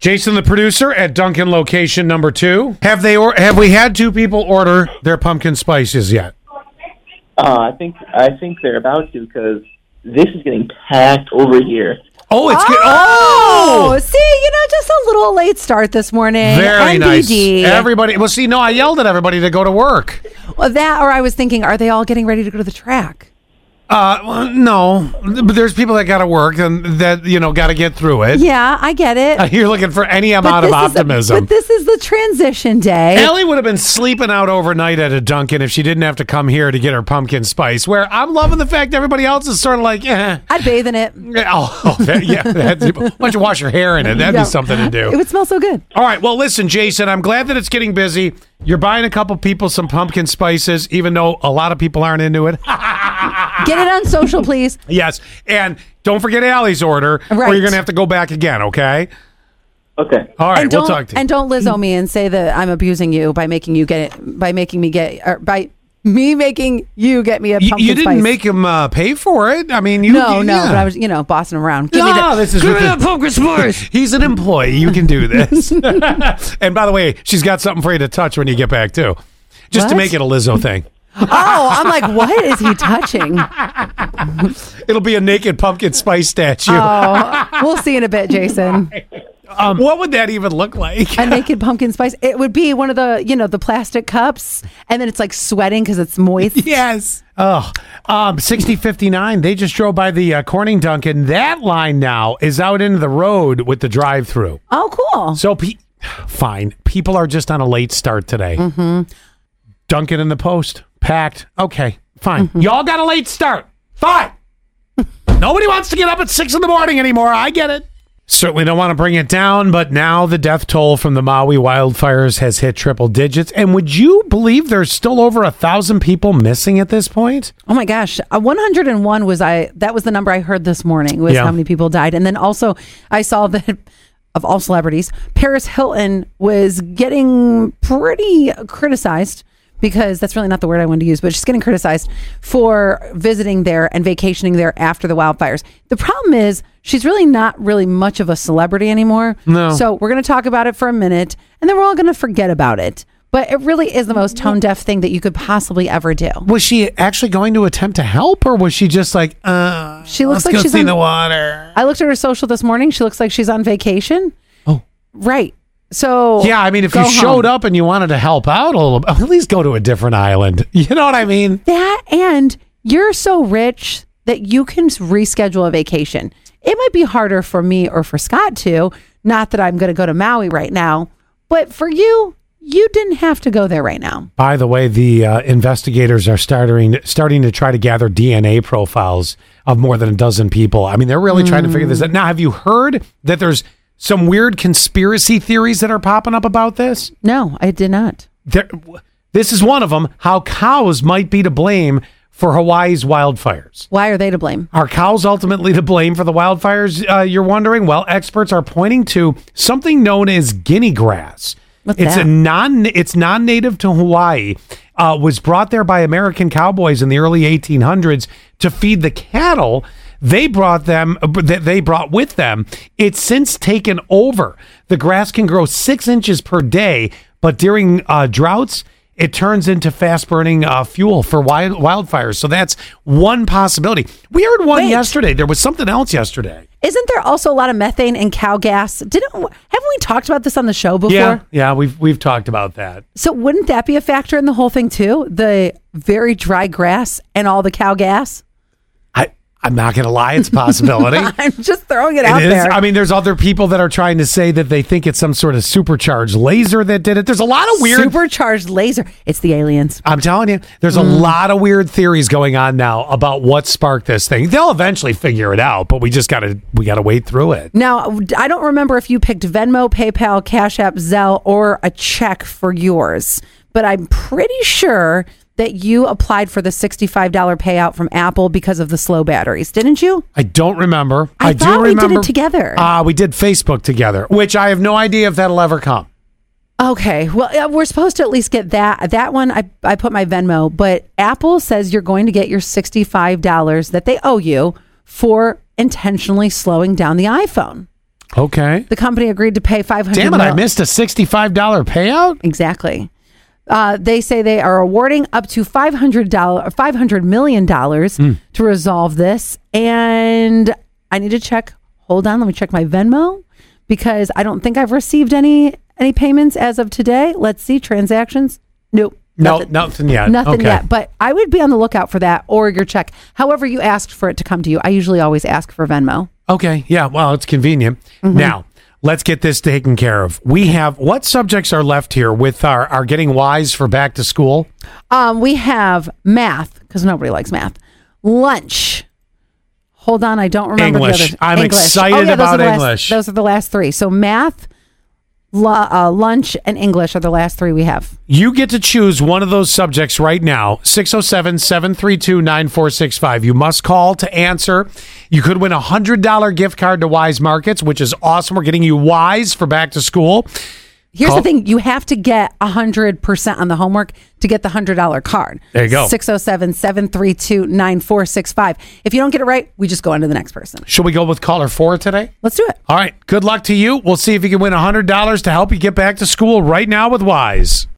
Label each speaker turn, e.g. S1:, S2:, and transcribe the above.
S1: Jason, the producer at Duncan location number two. Have they or have we had two people order their pumpkin spices yet?
S2: Uh, I think I think they're about to because this is getting packed over here.
S1: Oh, it's good.
S3: Oh,
S1: Oh,
S3: see, you know, just a little late start this morning.
S1: very nice.
S3: NBD.
S1: Everybody. Well, see, no, I yelled at everybody to go to work.
S3: well, that, or I was thinking, are they all getting ready to go to the track?
S1: Uh, well, no, but there's people that got to work and that you know got to get through it.
S3: Yeah, I get it.
S1: You're looking for any amount of
S3: this is-
S1: optimism.
S3: but this is the transition day.
S1: Ellie would have been sleeping out overnight at a Dunkin' if she didn't have to come here to get her pumpkin spice. Where I'm loving the fact everybody else is sort of like, eh.
S3: I'd bathe in it.
S1: Yeah, Oh, oh, that- yeah. That, why don't you wash your hair in it? That'd
S3: Yeah.
S1: be something to
S3: It
S1: do.
S3: would smell so good.
S1: All right. Well, listen, Jason, I'm glad that it's getting busy. You're buying a couple people some pumpkin spices, even though a lot of people aren't into it.
S3: Get it on social, please.
S1: yes. And don't forget Allie's order, or
S3: Right.
S1: you're going to have to go back again, okay?
S2: Okay.
S1: All right.
S3: and
S1: We'll
S3: don't
S1: talk to you.
S3: and don't Lizzo me and say that I'm abusing you by making you get it by making me get or by me making you get me a
S1: You-
S3: pumpkin
S1: you, didn't
S3: spice.
S1: make him uh, pay for it. I mean, you.
S3: no,
S1: you-
S3: no,
S1: yeah.
S3: but I was, you know, bossing around. Give me
S1: No,
S3: the,
S1: this is
S3: give
S1: what
S3: me
S1: the-
S3: the pumpkin spice.
S1: He's an employee. You can do this. and by the way, she's got something for you to touch when you get back too, just to
S3: What?
S1: make it a Lizzo thing.
S3: oh, I'm like, what is he touching?
S1: It'll be a naked pumpkin spice statue.
S3: Oh, we'll see in a bit, Jason.
S1: Um, what would that even look like?
S3: A naked pumpkin spice. It would be one of the, you know, the plastic cups, and then it's like sweating because it's moist.
S1: Yes. Oh, um, 6059. They just drove by the uh, Corning Duncan. That line now is out into the road with the drive through.
S3: Oh, cool.
S1: So, pe- fine. People are just on a late start today. Mm-hmm. Duncan in the post, packed. Okay, fine.
S3: Mm-hmm.
S1: Y'all got a late start. Fine. Nobody wants to get up at six in the morning anymore. I get it. Certainly don't want to bring it down, but now the death toll from the Maui wildfires has hit triple digits. And would you believe there's still over a thousand people missing at this point?
S3: Oh my gosh, Uh, 101 was I. That was the number I heard this morning. Was
S1: Yeah.
S3: how many people died, and then also I saw that of all celebrities, Paris Hilton was getting pretty criticized because that's really not the word I wanted to use, but she's getting criticized for visiting there and vacationing there after the wildfires. The problem is she's really not really much of a celebrity anymore.
S1: No.
S3: So we're going to talk about it for a minute, and then we're all going to forget about it. But it really is the most tone deaf thing that you could possibly ever do.
S1: Was she actually going to attempt to help, or was she just like, uh,
S3: She
S1: let's
S3: looks like
S1: go
S3: she's
S1: see
S3: on-
S1: the water?
S3: I looked at her social this morning. She looks like she's on vacation.
S1: Oh.
S3: Right. So
S1: Yeah, I mean, if you
S3: go
S1: showed
S3: home.
S1: up and you wanted to help out a little, bit, at least go to a different island. You know what I mean?
S3: that and you're so rich that you can s- reschedule a vacation. It might be harder for me or for Scott to, not that I'm going to go to Maui right now, but for you, you didn't have to go there right now.
S1: By the way, the uh, investigators are starting starting to try to gather DNA profiles of more than a dozen people. I mean, they're really trying to figure this out.
S3: Hmm.
S1: Now, have you heard that there's some weird conspiracy theories that are popping up about this?
S3: No, I did not.
S1: There, this is one of them. How cows might be to blame for Hawaii's wildfires.
S3: Why are they to blame?
S1: Are cows ultimately to blame for the wildfires? Uh, you're wondering. Well, experts are pointing to something known as guinea grass.
S3: What's
S1: it's
S3: that?
S1: a non. It's non-native to Hawaii. Uh, was brought there by American cowboys in the early 1800s to feed the cattle. They brought them. uh, that They brought with them. It's since taken over. The grass can grow six inches per day, but during uh, droughts, it turns into fast-burning uh, fuel for wild, wildfires. So that's one possibility. We heard one
S3: Wait.
S1: yesterday. There was something else yesterday.
S3: Isn't there also a lot of methane and cow gas? Didn't haven't we talked about this on the show before?
S1: yeah, we've we've talked about that.
S3: So wouldn't that be a factor in the whole thing too? The very dry grass and all the cow gas?
S1: I I'm not going to lie, it's a possibility.
S3: I'm just throwing it, out
S1: It is.
S3: there.
S1: I mean, there's other people that are trying to say that they think it's some sort of supercharged laser that did it. There's a lot of weird.
S3: Supercharged laser. It's the aliens.
S1: I'm telling you, there's
S3: Mm.
S1: a lot of weird theories going on now about what sparked this thing. They'll eventually figure it out, but we just gotta we gotta wade through it.
S3: Now, I don't remember if you picked Venmo, PayPal, Cash App, Zelle, or a check for yours, but I'm pretty sure that you applied for the $65 payout from Apple because of the slow batteries, didn't you?
S1: I don't remember.
S3: I
S1: do
S3: thought we did it
S1: remember
S3: together.
S1: Uh, we did Facebook together, which I have no idea if that'll ever come.
S3: Okay. Well, yeah, we're supposed to at least get that. That one, I, I put my Venmo, but Apple says you're going to get your $65 that they owe you for intentionally slowing down the iPhone.
S1: Okay.
S3: The company agreed to pay 500
S1: Damn it, I
S3: mil-
S1: missed a $65 payout?
S3: Exactly. Uh, they say they are awarding up to five hundred dollar, five hundred million dollars
S1: Hmm.
S3: to resolve this. And I need to check. Hold on, let me check my Venmo because I don't think I've received any any payments as of today. Let's see transactions. Nope.
S1: No,
S3: nothing,
S1: nothing yet.
S3: nothing
S1: okay.
S3: yet. But I would be on the lookout for that or your check. However, you asked for it to come to you. I usually always ask for Venmo.
S1: Okay. Yeah. Well, it's convenient. Now, let's get this taken care of. We have what subjects are left here with our, our getting wise for back to school?
S3: Um, we have math because nobody likes math. Lunch. Hold on, I don't remember the
S1: English.
S3: others. Oh,
S1: I'm excited
S3: those are
S1: about
S3: the last-
S1: English.
S3: those are the last three. So math, lu- uh, lunch, and English are the last three we have.
S1: You get to choose one of those subjects right now 607 732 9465. You must call to answer. You could win a $100 gift card to Wise Markets, which is awesome. We're getting you wise for back to school.
S3: Here's
S1: Call-
S3: the thing: you have to get hundred percent on the homework to get the hundred dollar card.
S1: There you go.
S3: 607-732-9465. If you don't get it right, we just go on to the next person.
S1: Should we go with caller four today?
S3: Let's do it.
S1: All right. Good luck to you. We'll see if you can win $100 to help you get back to school right now with Wise.